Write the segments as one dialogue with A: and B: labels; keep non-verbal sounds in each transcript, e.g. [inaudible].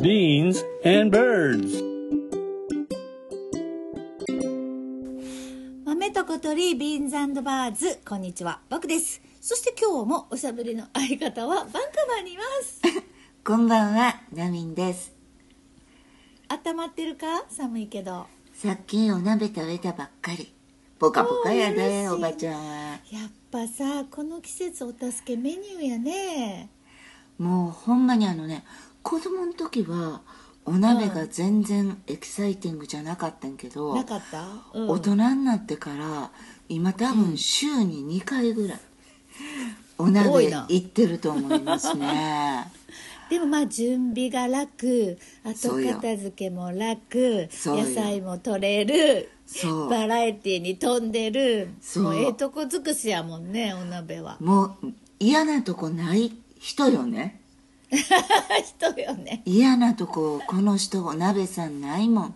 A: beans, and birds.
B: 豆と小鳥ビーンズバーズこんにちはバクですそして今日もおしゃべりの相方はバンクーバーにいます
C: こんばんは、ナミンです。
B: 温まってるか寒いけど
C: さっきお鍋食べたばっかり。ポカポカやで、
B: おー嬉しい
C: おばちゃんは。
B: やっぱさこの季節お助けメニューやね
C: もうほんまにあのね、子供の時は、お鍋が全然エキサイティングじゃなかったんけど、
B: なかった、うん
C: 大人になってから、今多分週に2回ぐらい、お
B: 多
C: 鍋
B: いな
C: 行ってると思いま
B: [laughs]
C: すね。
B: でもまあ準備が楽
C: そ
B: 後
C: うよ
B: 片付けも楽
C: そうよ
B: 野菜も取れる
C: そう
B: バラエティーに飛んでる
C: そう
B: もうええとこ尽くしやもんねお鍋は
C: もう嫌なとこない人よね。
B: [laughs] 人よね
C: 嫌なとここの人お鍋さんないもん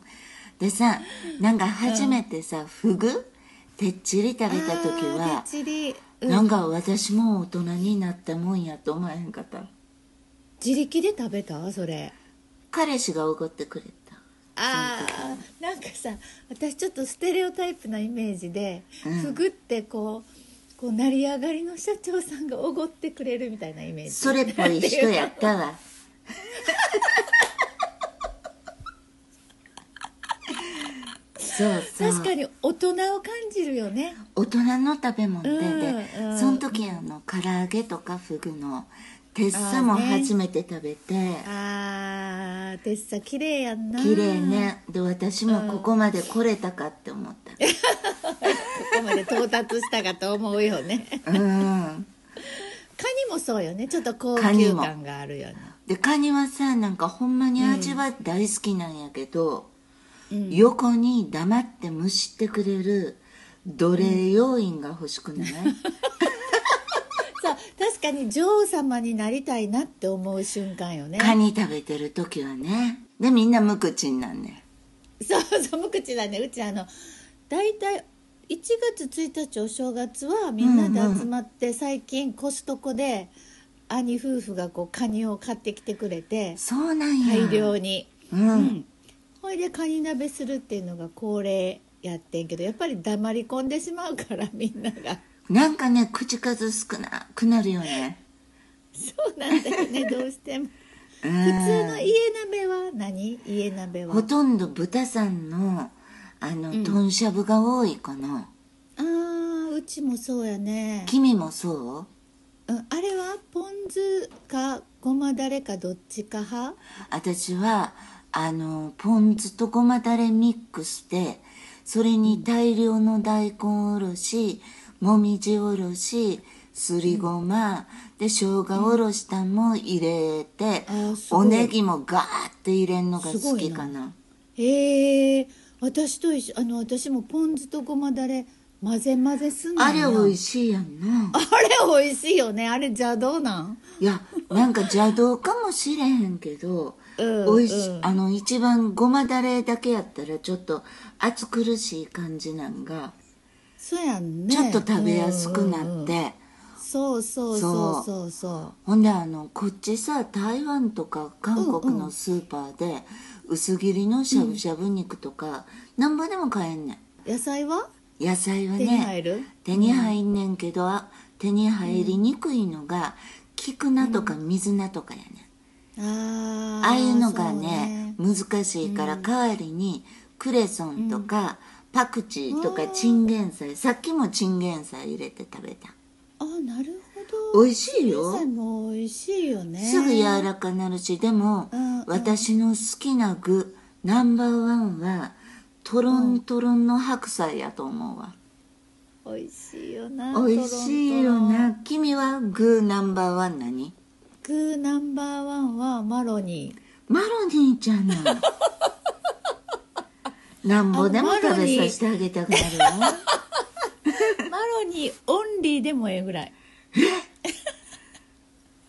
C: でさなんか初めてさ、フグてっちり食べ
B: あ
C: た時
B: ー
C: は
B: てっ、ちりうん
C: なんか私も大人になったもんやと思えへんかった
B: 自力で食べたそれ
C: 彼氏がおごってくれた
B: ああなんかさ私ちょっとステレオタイプなイメージで、フグってこうこう成り上がりの社長さんがおごってくれるみたいなイメージ
C: それっぽい人やったわそうそう
B: 確かに大人を感じるよね
C: 大人の食べ物で,、
B: うんうん
C: でその時あの唐揚げとかフグのてっさも
B: あーね
C: 初めて食べて、
B: あーてっさ綺麗やんな
C: 綺麗ねで私もここまで来れたかって思った
B: ここまで到達したかと思うよね
C: うん
B: カニもそうよねちょっと高
C: カニ
B: 級
C: も
B: 感があるよね
C: でカニはさなんかほんまに味は大好きなんやけど、横に黙ってむしってくれる奴隷要員が欲しくない、
B: そう確かに女王様になりたいなって思う瞬間よね
C: カニ食べてる時はねでみんな無口になんね
B: そう [laughs] そう無口だねうちあの大体1月1日お正月はみんなで集まって、最近コストコで兄夫婦がこうカニを買ってきてくれて
C: んそうなんや
B: 大量に、
C: うん、
B: ほいでカニ鍋するっていうのが恒例やってんけどやっぱり黙り込んでしまうから [laughs] みんなが
C: なんかね口数少なくなるよね
B: そうなんだよ
C: [laughs]
B: ねどうしても
C: 普
B: 普通の家鍋は何家鍋は
C: ほとんど豚さんのあの豚しゃぶが多いかな、
B: あーうちもそうやね
C: 君もそ
B: う
C: う
B: ん、あれはポン酢かごまだれかどっちか派
C: 私はあのポン酢とごまだれミックスでそれに大量の大根おろしもみじおろしすりごま、で生姜おろしたんも入れて、
B: あーすごい
C: おネギもガーって入れんのが好きかな
B: へえ私と一緒あの私もポン酢とごまだれ混ぜ混ぜすんの
C: あれ美味
B: い
C: しいやんな
B: あれ美味しいよねあれ邪道なん
C: いやなんか邪道かもしれへんけど、
B: うん
C: 美味しいあの一番ごまだれだけやったらちょっと暑苦しい感じなんが、
B: そうやんね
C: ちょっと食べやすくなって、
B: うんうんうんそうそうそうそうそ
C: ほんであのこっちさ台湾とか韓国のスーパーで薄切りのしゃぶしゃぶ肉とか、なん、何ぼでも買えんねん
B: う野菜は
C: 野菜は
B: 手に入
C: ね
B: る
C: 手に入んねんけど、あ手に入りにくいのが菊菜とか水菜とかやね
B: あ
C: ん、
B: ー
C: ああいうのが
B: そう
C: ね難しいから代わりにクレソンとか、パクチーとかチンゲン菜さっきもチンゲン菜入れて食べた
B: あなるほど
C: 美味しいよ
B: 野菜も美味しいよね
C: すぐ柔らかなるしでも、
B: うんうん
C: 私の好きな具ナンバーワンはトロントロンの白菜やと思うわ、
B: 美味しいよな
C: 美味しい
B: トロ
C: よ
B: ントロン
C: な君は具ナンバーワン何
B: グーナンバーワンはマロニー
C: マロニーちゃんな
B: [laughs]
C: のなんぼでも食べさせてあげたくなるわ [laughs]
B: マロニーオンリーでもええぐらい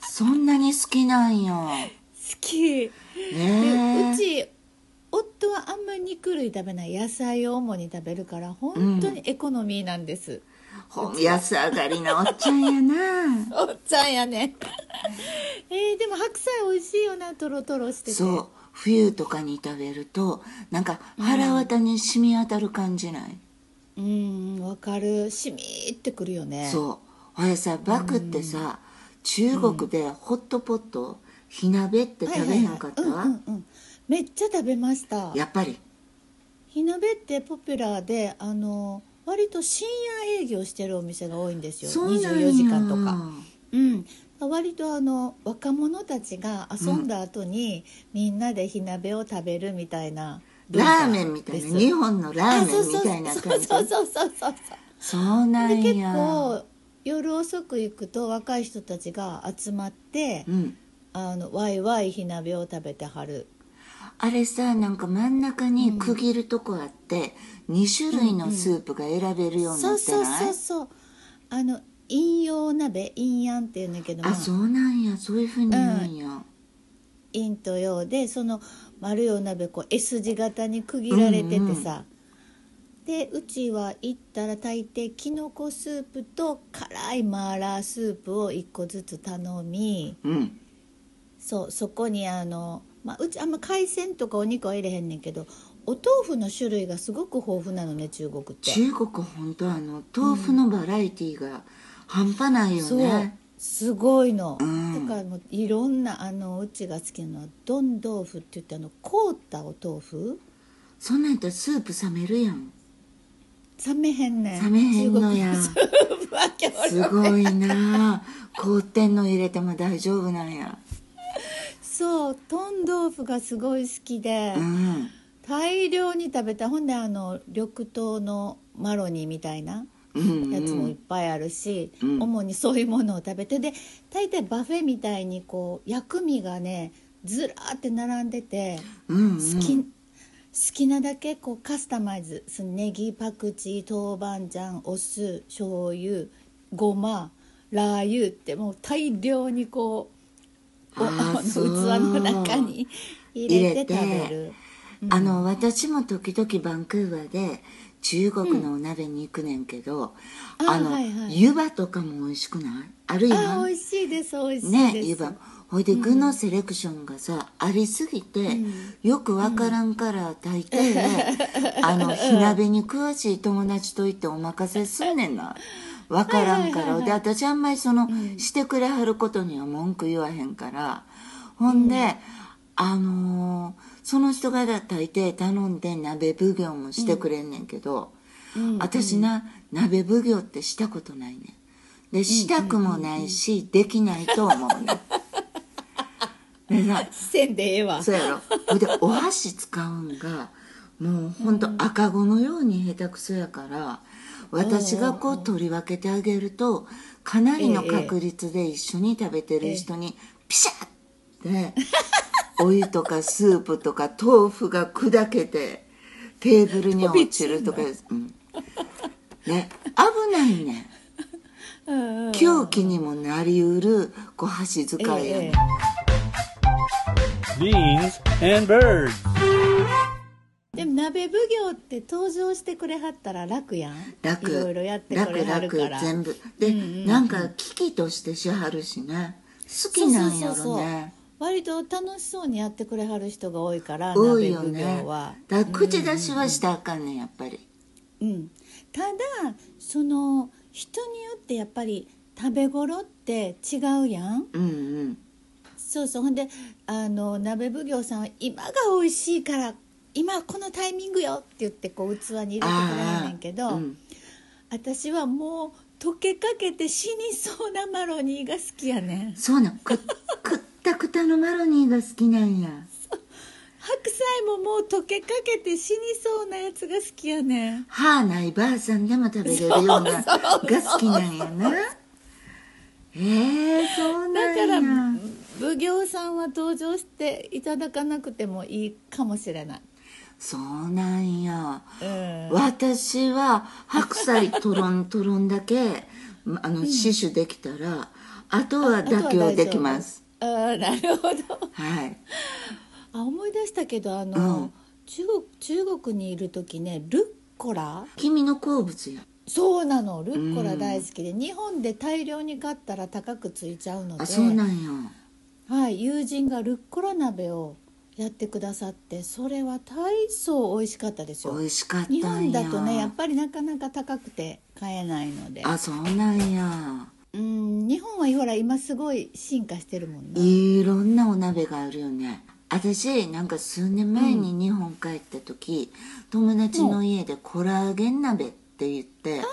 C: そんなに好きな
B: [laughs]
C: んよ
B: 好きで
C: ね
B: う
C: え
B: ち夫はあんまり肉類食べない野菜を主に食べるから本当にエコノミーなんです、 [laughs]
C: ほん安上がりなおっちゃんやな
B: [laughs] おっちゃんやねえーでも白菜美味しいよなトロトロしてて
C: そう冬とかに食べるとなんか腹渡に染み当たる感じない、
B: うんわかるしみーってくるよねう
C: そうあれさバクってさ、中国でホットポット火鍋って食べへんかった、
B: はいはいはいうんうんうん、めっちゃ食べました
C: やっぱり
B: 火鍋ってポピュラーであの割と深夜営業してるお店が多いんですよ
C: そうなんや
B: 24時間とかうん、割とあの若者たちが遊んだ後に、みんなで火鍋を食べるみたいな
C: ラーメンみたいな日
B: 本
C: 本のラーメンみたいな感じ
B: そうそうそうそうそうそう
C: そうなん
B: で結
C: や
B: 構夜遅く行くと若い人たちが集まって、
C: うん、
B: あのワイワイ火鍋を食べてはる
C: あれさなんか真ん中に区切るとこあって、二2種類のスープが選べるようにな
B: そう
C: って
B: そう
C: ない、
B: そうそうあの陰陽鍋陰陽っていうんだけども
C: あそうなんやそういうふうに言うんや、
B: 陰と陽でその丸いお鍋こう S 字型に区切られててさ、でうちは行ったら大抵きのこスープと辛いマーラースープを1個ずつ頼み
C: うん
B: そうそこにあの、まあ、うちあんま海鮮とかお肉は入れへんねんけどお豆腐の種類がすごく豊富なのね中国って。
C: 中国本当あの豆腐のバラエティーが半端ないよ
B: そう
C: ね、
B: すごいの、
C: うん
B: だからもういろんなあのうちが好きなのはどん豆腐って言ってあの凍ったお豆腐
C: そんなんやったらスープ冷めるやん
B: 冷めへんねん
C: 冷めへんのや
B: 中国のわけわ
C: す
B: からん
C: ごいなあ凍ってんの入れても大丈夫なんや
B: そう豚豆腐がすごい好きで、
C: うん
B: 大量に食べたほんであの緑豆のマロニーみたいな
C: うん
B: やつ
C: う
B: もいっ
C: ん
B: ぱいあるし、
C: うん
B: 主にそういうものを食べてで大体バフェみたいにこう薬味がねずらーって並んでて。
C: うん
B: 好き,、好きなだけこうカスタマイズそのネギパクチー豆板醤お酢醤油ごまラー油ってもう大量にこうお
C: あー
B: [laughs] あの器
C: そう
B: の中に入れて食べる
C: あの私も時々バンクーバーで中国のお鍋に行くねんけど、
B: うん
C: あ
B: あ
C: の、
B: はいはい
C: 湯葉とかも美味しくないあるやん
B: あー美味しいです美味しい
C: ね
B: です、
C: 湯葉ほいで具のセレクションがさ、ありすぎて、よくわからんから大抵、
B: [laughs]
C: あの火鍋に詳しい友達といってお任せすんねんなわからんか
B: はいはい
C: ら、
B: はいはい
C: で私あんまりその、してくれはることには文句言わへんからほんで、あのーその人が大抵頼んで鍋奉行もしてくれんねんけど、私な鍋奉行ってしたことないねんでしたくもないし、できないと思うねでさ
B: せんでええわ
C: そうやろほいでお箸使うんがもうほんと赤子のように下手くそやから私がこう取り分けてあげるとかなりの確率で一緒に食べてる人にピシャってお湯とかスープとか豆腐が砕けてテーブルに落ちるとかうんね危ないね
B: うんうん
C: 狂気にもなりうるこう箸使いやね、
B: ええ
A: beans and birds.
B: でも鍋奉行って登場してくれはったら楽やん
C: 楽
B: いろいろやってくれはるから
C: 楽楽全部で、なんか危機としてしはるしね好きなんや
B: そ
C: ろね
B: うそうそうそう割と楽しそうにやってくれはる人が多いから
C: 多
B: 鍋
C: いよ
B: 奉
C: ね
B: 行は、
C: だから口出しはしたらあかんねんやっぱり
B: うん、ただその人によってやっぱり食べ頃って違うやん
C: うんうん
B: そうそうほんであの鍋奉行さんは今が美味しいから今このタイミングよって言ってこう器に入れてくれはんねんけど、
C: あーうん
B: 私はもう溶けかけて死にそうなマロニーが好きやねん
C: そうなんく [laughs] くったくたのマロニーが好きなんや
B: 白菜ももう溶けかけて死にそうなやつが好きやねん
C: 歯ないばあさんでも食べれるようなが好きなんやなえー、そうな
B: だから
C: んや
B: 奉行さんは登場していただかなくてもいいかもしれない、
C: そうなんや
B: うん、
C: 私は白菜トロントロンだけあの死守できたら、あとは妥協できます
B: あとは大丈夫あーなるほど
C: はい
B: あ思い出したけどあの、
C: うん
B: 中国中国にいる時ねルッコラ
C: 君の好物や
B: そうなのルッコラ大好きで、日本で大量に買ったら高くついちゃうので
C: あそうなんや
B: はい、友人がルッコラ鍋をやってくださってそれは大層美味しかったですよ
C: 美味しかったん
B: 日
C: や
B: 本だとねやっぱりなかなか高くて買えないので
C: あそうなんや
B: うん日本はほら今すごい進化してるもんね
C: いろんなお鍋があるよね私なんか数年前に日本帰った時、友達の家でコラーゲン鍋って言って、
B: あ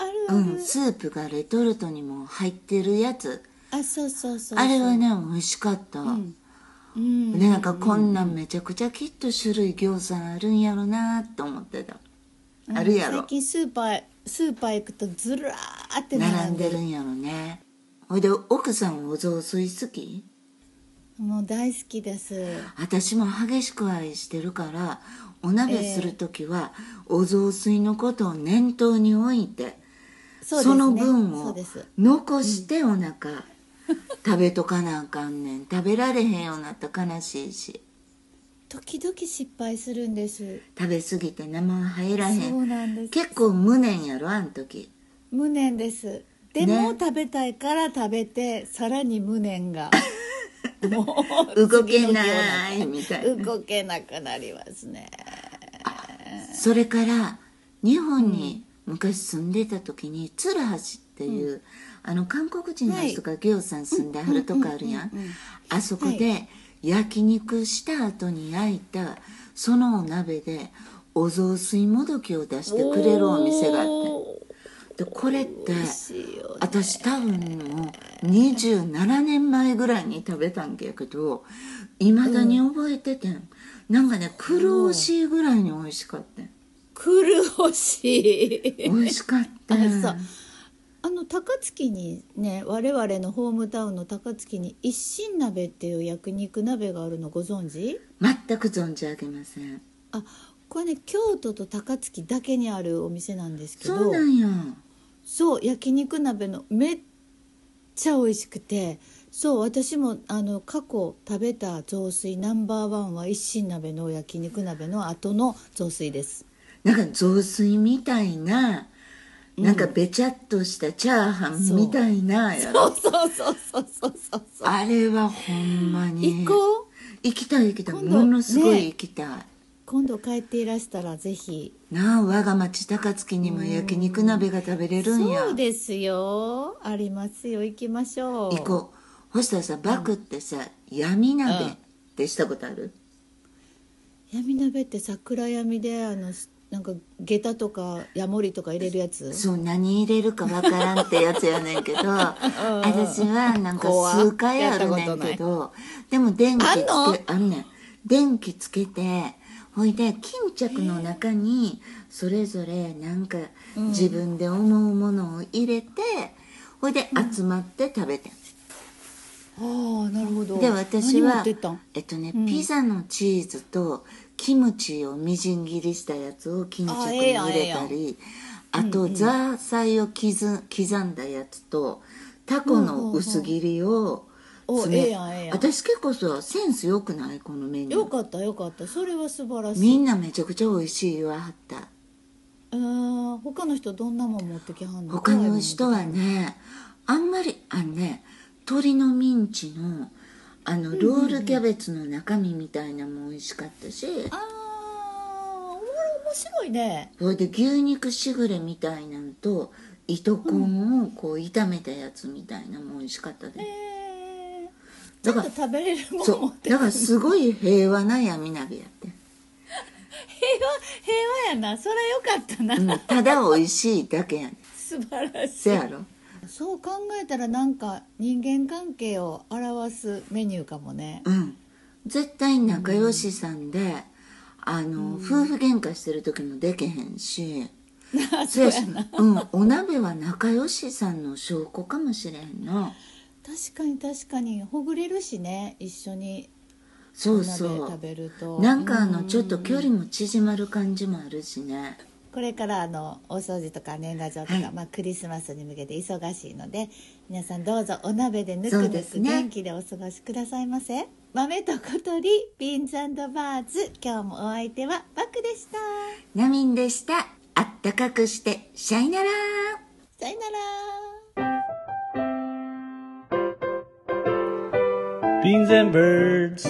B: あ
C: う
B: るある、
C: ん、スープがレトルトにも入ってるやつ
B: あそうそうそうそう
C: あれはね美味しかった、
B: うん、うん
C: でなんかこんなんめちゃくちゃきっと種類餃子あるんやろなと思ってた、
B: うん
C: あるやろ
B: 最近スーパースーパー行くとずらーって
C: 並
B: 並
C: ん
B: ん
C: で
B: で
C: る
B: る
C: んやろねほいで奥さんお雑炊好き
B: もう大好きです
C: 私も激しく愛してるからお鍋する時はお雑炊のことを念頭に置いて
B: そ
C: そ
B: ですね
C: うの分
B: そう
C: を
B: です
C: 残してお腹食べとかなあかんねん食べられへんようになったら悲しいし
B: 時々失敗するんです
C: 食べ過ぎて生入らへ
B: そ
C: ん
B: うなんです
C: 結構無念やろあん時
B: 無念ですで
C: ね
B: も、食べたいから食べてさらに無念
C: [laughs]
B: がもう
C: 動けな
B: 次
C: い
B: の日
C: みたい
B: は
C: な
B: 動けなくなりますね
C: それから日本に昔住んでた時に鶴橋っていう、あの韓国人の人がギョウさん住んではるとこあるやんあそこで焼肉した後に焼いたそのお鍋でお雑炊もどきを出してくれるお店があっ
B: お
C: てでこれって
B: ー美味しいよね
C: 私多分もう27年前ぐらいに食べたんやけどいまだに覚えててん、なんかね苦しいぐらいに美味しかったん
B: 苦しい
C: 美味しかっ
B: [laughs]
C: た
B: あそうあの高槻にね我々のホームタウンの高槻に一心鍋っていう焼肉鍋があるのご存知
C: 全く存じ上げません
B: あこれね京都と高槻だけにあるお店なんですけど
C: そうなんや
B: そう焼肉鍋のめっちゃ美味しくてそう私もあの過去食べた雑炊ナンバーワンは一心鍋の焼肉鍋の後の雑炊です
C: なんか雑炊みたいな、なんかべちゃっとしたチャーハンみたいなやろ
B: そうそうそうそうそうそうそう
C: あれはほんまに
B: 行こう
C: 行きたい行きたい
B: 今度
C: ものすごい
B: ね
C: 行きたい、
B: 今度帰っていらしたらぜひ
C: なあ我が町高槻にも焼肉鍋が食べれるんや
B: そうですよありますよ行きましょう
C: 行こうそしたらさバクってさ、闇鍋ってしたことある、
B: 闇鍋ってさ暗闇であのすなんか下駄とかヤモリとか入れるやつ
C: そう何入れるかわからんってやつやねんけど私はなんか
B: 怖
C: 数回あるね
B: や
C: ん
B: った
C: け
B: こ
C: どでも電気
B: あ
C: つけ
B: んの
C: あんねん電気つけてほいで巾着の中にそれぞれなんか自分で思うものを入れて、ほいで集まって食べてん、
B: ああなるほど
C: で私は
B: 何持ってったん
C: えっとね、ピザのチーズとキムチをみじん切りしたやつを巾着
B: あ
C: に
B: ええやん
C: 入れたりあ,、とザーサイを刻刻んだやつとタコの薄切りを
B: うんうんうん
C: 詰め
B: おええやんええやん
C: 私結構さセンスよくないこのメニュ
B: よ
C: ー
B: かったよかったそれは素晴らしい
C: みんなめちゃくちゃ美味しい言わはった
B: あー他の人どんなもん持ってきはんの
C: 他の人はねあんまりあのね鶏のミンチのあのロールキャベツの中身みたいなのも美味しかったし、
B: ああ面白いね
C: それで牛肉しぐれみたいなんと糸こんをこう炒めたやつみたいなのも美味しかったで、
B: えー、ちゃ
C: だ
B: んと
C: から
B: 食べれるもん持
C: そ
B: っ
C: う
B: て
C: だからすごい平和な闇鍋や [laughs] って、
B: 平和平和やなそれよかったな、
C: うん、ただ美味しいだけやねん
B: 素晴らし
C: せ
B: い
C: やろ
B: そう考えたらなんか人間関係を表すメニューかもね
C: うん絶対仲良しさんで、あの夫婦喧嘩してる時もでけへんし、そうやしうん、お鍋は仲良しさんの証拠かもしれんの
B: [laughs] 確かに確かにほぐれるしね一緒に
C: そうそ
B: お
C: う
B: 鍋食べると
C: なんかあのちょっと距離も縮まる感じもあるしね
B: これからあのお掃除とか年賀状とか、
C: はい
B: まあ、クリスマスに向けて忙しいので皆さんどうぞお鍋でぬ
C: そ
B: く
C: う
B: ぬ
C: です
B: く
C: ね
B: 元気でお過ごしくださいませ、豆と小鳥ビーンズバーズ今日もお相手はバクでした
C: ナミンでした。あったかくして、シャイなら
B: さよなら
A: Beans and birds.